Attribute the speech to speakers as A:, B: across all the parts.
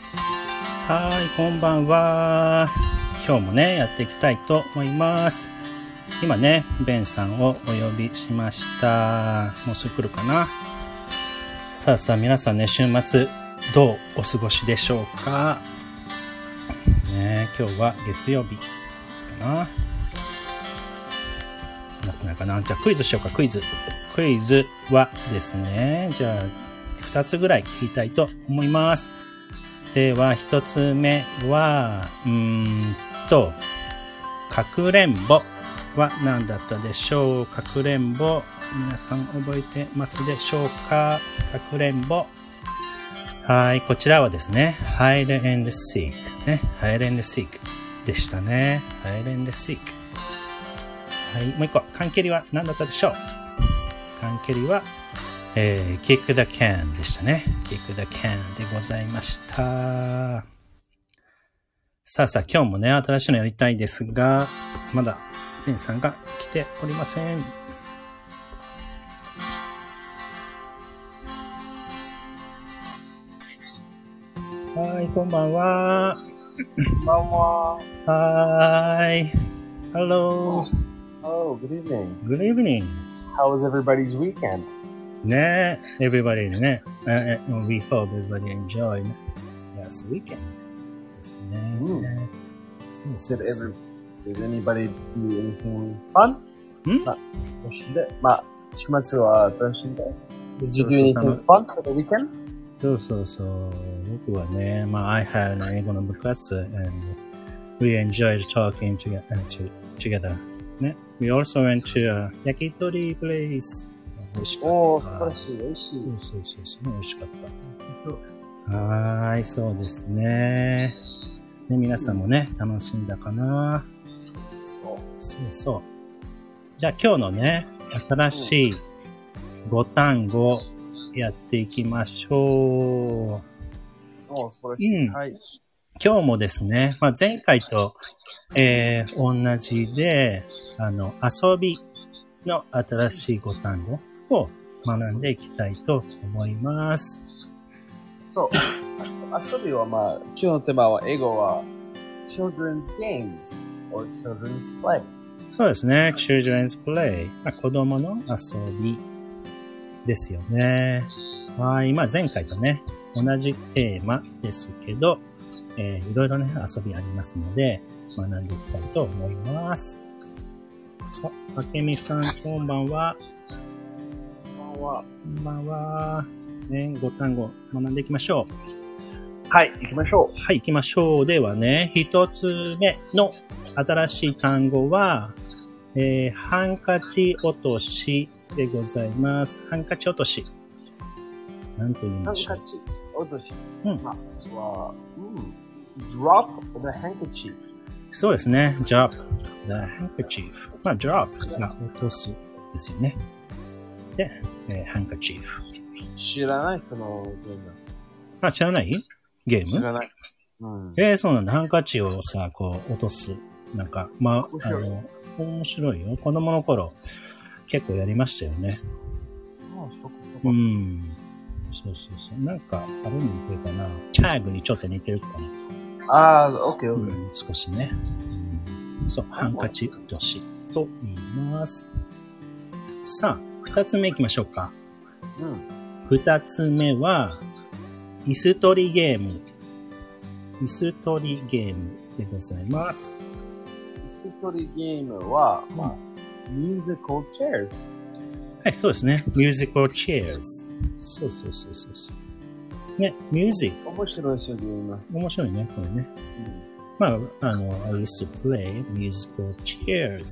A: はい、こんばんは。今日もね、やっていきたいと思います。今ね、ベンさんをお呼びしました。もうすぐ来るかな。さあさあ、皆さんね、週末、どうお過ごしでしょうか。ね、今日は月曜日かな。なくないかな。じゃあクイズしようか、クイズ。クイズはですね、じゃあ、2つぐらい聞きたいと思います。では、1つ目は、うーんと、かくれんぼは何だったでしょうかくれんぼ、皆さん覚えてますでしょうかかくれんぼ。はい、こちらはですね、hide and seek。ね、hide and seek でしたね。hide and seek。はい、もう一個。缶蹴りは何だったでしょう缶蹴りは、えー、kick the can でしたね。kick the can でございました。さあさあ、今日もね、新しいのやりたいですが、まだ、ペンさんが来ておりません。はい、こんばんは。
B: こんばんは。
A: はーい。Hello.
B: Oh, good evening.
A: Good evening.
B: How was everybody's weekend?
A: ねえ、everybody ね。え、え we hope everybody enjoy last weekend ですね。
B: うん
A: そうそう
B: Did
A: そう
B: every did anybody do anything fun?
A: ん
B: あ楽しんで、まあ、週末は楽しんで。Did you do
A: そう
B: anything
A: そ
B: fun for the weekend?
A: そうそうそう。僕はね、まあ、I had の英語の部活 and we enjoyed talking together. To, together ね。We also went to a 焼き鳥 place. 美味しかった。
B: おお、素晴らしい、美味し
A: そ
B: い。
A: うそうそうそう、美味しかった。はーい、そうですね。ね、皆さんもね、楽しんだかな。
B: そう。
A: そうそう。じゃあ今日のね、新しい5単語やっていきましょう。
B: おお、素晴らしい。
A: うん
B: はい。
A: 今日もですね、まあ、前回と、えー、同じで、あの、遊びの新しい5単語を学んでいきたいと思います。
B: そう。遊びはまあ、今日のテーマは英語は children's games or children's play。
A: そうですね。children's play。まあ、子供の遊びですよね。はい。まあ、前回とね、同じテーマですけど、えーいろいろね、遊びありますので、学んでいきたいと思います。あ、あけみさん、こんばんは。
B: こんばんは。
A: こんばんは。ね、ご単語学んでいきましょう。
B: はい、行きましょう。
A: はい、行きましょう。ではね、一つ目の新しい単語は、えーハンカチ落としでございます。ハンカチ落とし。なんと言い
B: ハン
A: ましょ
B: カ
A: う。
B: チ、落とし。
A: うん
B: まあ、それは、うん。drop the handkerchief。
A: そうですね。drop the handkerchief。まあ、drop が落とすですよね。で、えーハンカチーフ。
B: 知らない、そのゲーム。
A: あ、知らないゲーム
B: 知らない。うん。
A: えー、そうなんだ。ハンカチをさ、こう、落とす。なんか、ま
B: 面
A: あ、あ
B: 白い
A: の、面白いよ。子供の頃、結構やりましたよね。
B: もうそこそこ
A: うん。そうそうそう。なんか、あれに似てるかな。チャーグにちょっと似てるかな。
B: ああ、オッケーオ
A: う
B: ッケー。
A: ん、少しね。うん、そう、ハンカチ落としと言います。さあ、二つ目行きましょうか。
B: うん。
A: 二つ目は、椅子取りゲーム。椅子取りゲームでございます。
B: 椅子取りゲームは、まあ、musical chairs。
A: はい、そうですね。musical chairs。そうそうそうそうそう。ね、music。
B: 面白いですよ、ゲーム。
A: 面白いね、これね。
B: うん
A: まあ、あの、I used to play musical chairs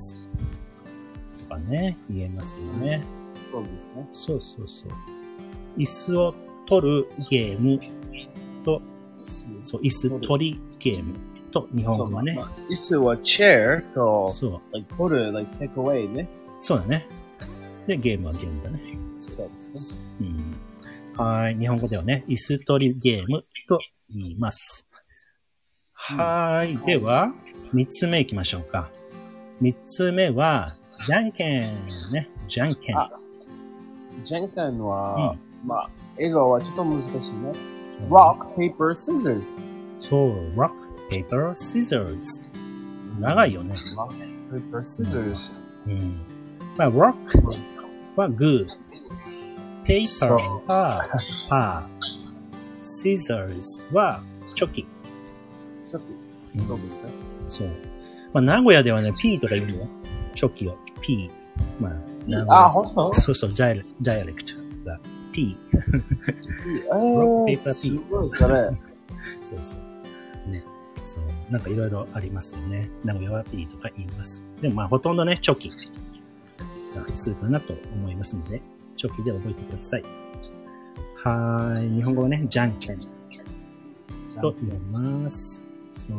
A: とかね、言えますよね。
B: そうですね。
A: そうそうそう。椅子を取るゲームと、そう、椅子取りゲームと日本語はね
B: そう。まあまあ椅子は chair と、
A: そう、
B: like, 取る、like, take away ね。
A: そうだね。で、ゲームはゲームだね。
B: そうですね。
A: うんはい。日本語ではね、椅子取りゲームと言います。はい。では、三つ目行きましょうか。三つ目は、じゃんけん。ね。じゃんけん。
B: あジェンカンは、まあ、英語はちょっと難しいね。
A: うん
B: rock, paper, scissors。
A: そう、rock, paper, scissors。長いよね。
B: Rock, paper, scissors.
A: うん。まあ、rock はグー。paper
B: そう
A: はパー。scissors はチョキ。
B: ちょっと、そうですね。
A: そう。まあ、名古屋ではね、P とか言うんだよ。チョキを。P。まあ、名古屋
B: あ、本当
A: そうそう、ジャイレダイアレクトが P。
B: えー、すごい、それ。
A: そうそう。ね。そう。なんかいろいろありますよね。名古屋は P とか言います。でもまあほとんどね、チョキ。が普通かなと思いますので、チョキで覚えてください。はーい。日本語はね、じゃんけんと言います。そう。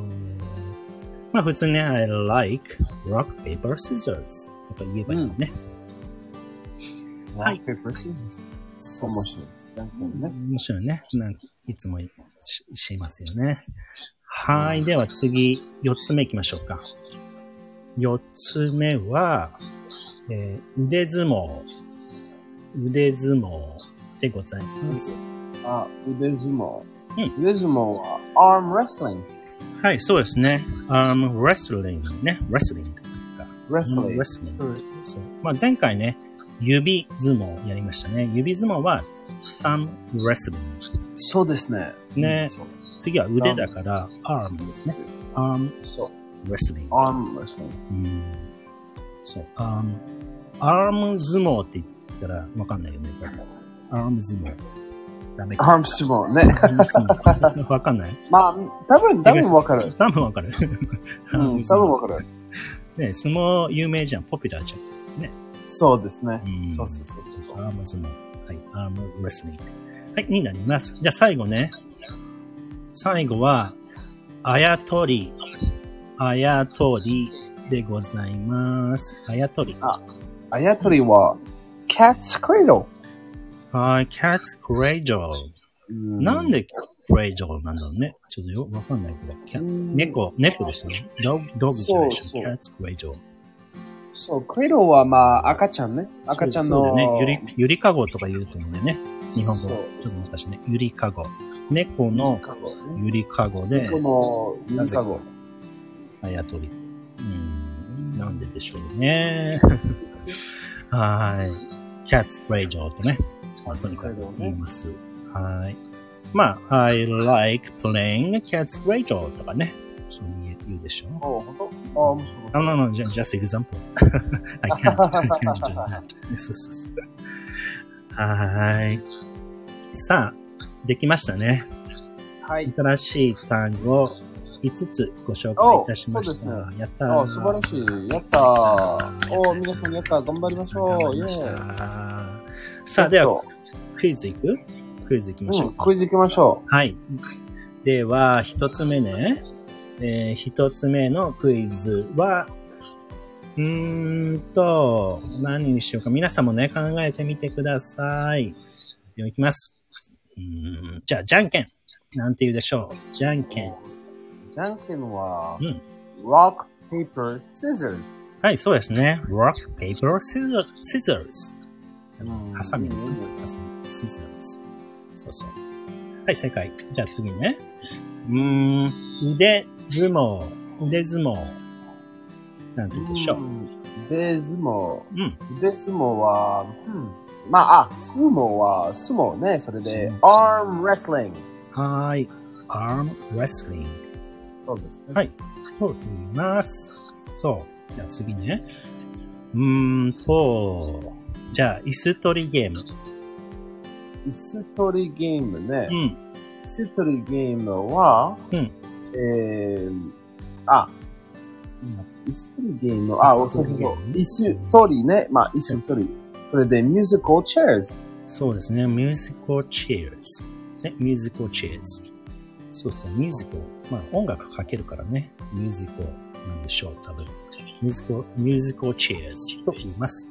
A: まあ普通にね、I like rock, paper, scissors とか言えばいいのね。はい
B: Rock, paper, scissors.
A: そ
B: 面
A: う
B: 白い。じゃんけんね。
A: 面白いね。なんかいつもししますよね。はい。では次、4つ目行きましょうか。4つ目は、えー腕相撲。腕相撲でございます。
B: あ、腕相撲。
A: う
B: 腕相撲は、arm wrestling。
A: はい、そうですね。あの、レスリングね。レスリング。
B: wrestling。
A: レスリング。
B: そうです
A: そう。まあ、前回ね、指相撲やりましたね。指相撲は、thumb wrestling。
B: そうですね。
A: ね
B: うんそうです
A: 次は腕だから、arm ですね。arm
B: そう。
A: wrestling。
B: arm wrestling。
A: うんそう、アーム、アーム相撲って言ったらわかんないよね。多分アーム相撲。ダ メか。
B: arm 相撲ね。
A: アーム相撲。わかんない
B: まあ、多分、多分わかる。
A: 多分わかる。
B: う
A: アー
B: ん、
A: ム
B: 多
A: 相
B: 分
A: 撲。
B: わかる。
A: ね、相撲有名じゃん。ポピュラーじゃ
B: そうですね。
A: ん。ん
B: そうそうそうそう。
A: アーム相撲。はい。アームレスリング。はい、になります。じゃあ最後ね。最後は、あやとり。あやとりでございます。あやとり。
B: あやとりは、cat's cradle。
A: はい、キャッツクレイジョー。なんでクレイジョーなんだろうね。ちょっとよくわかんないけど。キャ
B: うん
A: 猫、猫でしたね。ドッグ、ドッグじゃないでしょ
B: そうそう
A: キャッツクレイジョー。
B: そう、クレドはまあ赤ちゃんね。赤ちゃん
A: そうだ
B: の。
A: ね。ゆり、ゆりかごとか言うと思うんだよね。日本語。
B: そう
A: ちょっと難しいね。ゆりかご。猫の
B: カゴね。
A: ゆりかごで、
B: このゆりかご。
A: あやとり。うん。なんででしょうね。 はい。キャッツクレイジョーとね。まあとにかく言います。はい。まあ、I like playing cat's r a d i o とかね。そう言う言うでしょ。
B: おほんとあ、面
A: No,
B: 白い。
A: no, no, just, just example. I can't, I can't do that. そうそうそうはーい。さあ、できましたね。
B: はい。
A: 新しい単語5つご紹介いたしました。
B: おそう
A: やったー。
B: あ、素晴らしい。やったー。お皆さんやったー。頑張りましょ
A: 頑張
B: う。
A: り
B: イェ
A: ました
B: ーイ。
A: さあ、では
B: ちょっ
A: クイズいくクイズいきまし
B: と
A: ょ
B: う、
A: うんか。
B: クイズ行きましょ
A: はい。では、一つ目ね。えー一つ目のクイズは、うーんと、何にしようか。皆さんもね、考えてみてください。では、いきます。うーんじゃあ、じゃんけん。なんて言うでしょう。じゃんけん。
B: う。じゃんけんは
A: うん、
B: rock, paper, scissors。
A: はい、そうですね。rock, paper, scissors. scissors.
B: うん
A: ハサミですね。ハサミ。scissors。そうそう。はい、正解。じゃあ次ね。うーん、腕相撲。腕相撲。なんて言うでしょう。
B: で、相撲。
A: うん。
B: で、相撲は、うんまあ、あ、相撲は、相撲ね、それで、
A: 相
B: arm wrestling。
A: はーい。arm wrestling。
B: そうですね。
A: はいと言います。そう。じゃあ次ね。うーんと、じゃあ、椅子取りゲーム。
B: 椅子取りゲームね。
A: うん。
B: 椅子取りゲームは、
A: うん
B: えー、あ、椅子取りゲーム、あ、
A: 椅
B: そ
A: 子
B: うそう
A: 取りゲ
B: そ
A: ー
B: う
A: ム。
B: 椅子取りね。まあ、椅子取り。それで、musical chairs。
A: そうですね。musical chairs。ね、musical chairs。そうですね。musical。まあ、音楽かけるからね。musical なんでしょう、多分。musical, musical chairs と言います。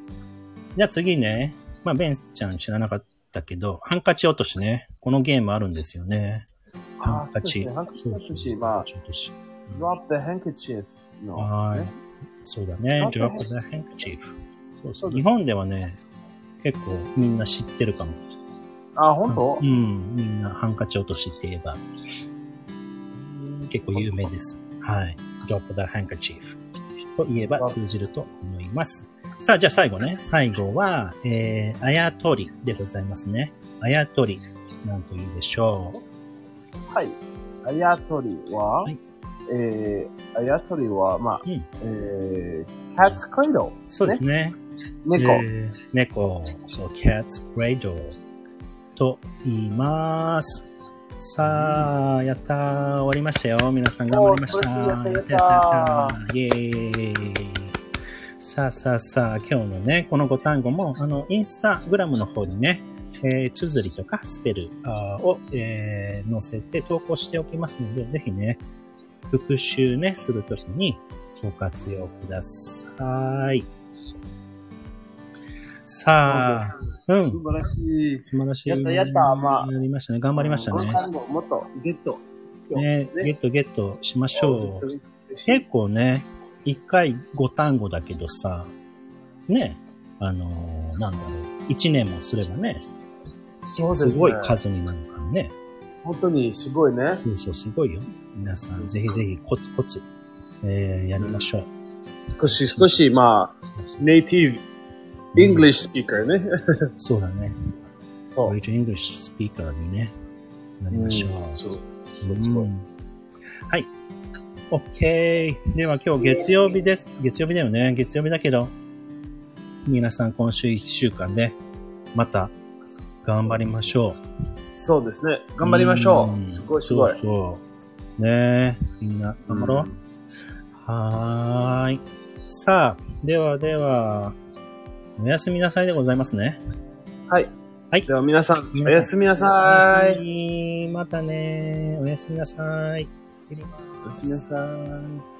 A: じゃあ次ね。まあ、ベンちゃん知らなかったけど、ハンカチ落としね。このゲームあるんですよね。ハンカチ。
B: あそうですねハンカチ落とし、
A: ハン
B: ま
A: カチ落とし。
B: あ、drop the handkerchief の。
A: はい
B: ね。
A: そうだね。
B: Drop the
A: drop the handkerchief。そうそ
B: そう
A: う。
B: で
A: 日
B: す
A: 本ではね、結構みんな知ってるかも。
B: あ、本当
A: うん、みんなハンカチ落としって言えば。結構有名です。はい。drop the handkerchief と言えば通じると思います。さあ、じゃあ最後ね。最後は、えー、あやとりでございますね。あやとり、なんと言うでしょう。
B: はい。あやとりは、
A: はい
B: えー、あやとりは、まあ、
A: うん
B: えー、カッツクレド、
A: そうですね。
B: 猫、
A: えー猫。そう、cat's cradle と言います。さあ、やったー。終わりましたよ。皆さん頑張りました。
B: おー楽しいやった
A: やったやったイエーイ。さあさあさあ、今日のね、この5単語も、あの、インスタグラムの方にね、えー、綴りとかスペルあーを、えー載せて投稿しておきますので、ぜひね、復習ね、するときにご活用ください。さあ、う
B: 素
A: ん。
B: 晴らしい。
A: 素晴らしい。
B: やったやったまあ
A: やりましたね。頑張りましたね
B: この。単語もっとゲット。
A: ね、ゲットゲットしましょう。結構ね、一回五単語だけどさ、ね、あのーなんだろう、一年もすればね、
B: そうですすね
A: ごい数になるからね。
B: 本当にすごいね。
A: そうそう、すごいよ。皆さん、ぜひぜひコツコツ、えー、やりましょう。
B: 少し少し、まあ、ネイティブ、イングリッシュスピーカーね。
A: そうだね。
B: そ
A: r
B: う
A: e。English Speaker にね、なりましょう。
B: そう。
A: うんはい。OK。では今日月曜日です。月曜日だよね。月曜日だけど、皆さん今週1週間で、また頑張りましょう。
B: そうですね。頑張りましょ
A: ん
B: う。すごいすごい。
A: そうそう。ねえ、みんな頑張ろう。はーい。さあ、ではでは、おやすみなさいでございますね。
B: はい。
A: はい
B: では皆さん、お
A: 皆さん
B: やすみな
A: お
B: さ
A: やす
B: い。
A: みまたね。おやすみなさい。おや
B: おやすみなさい。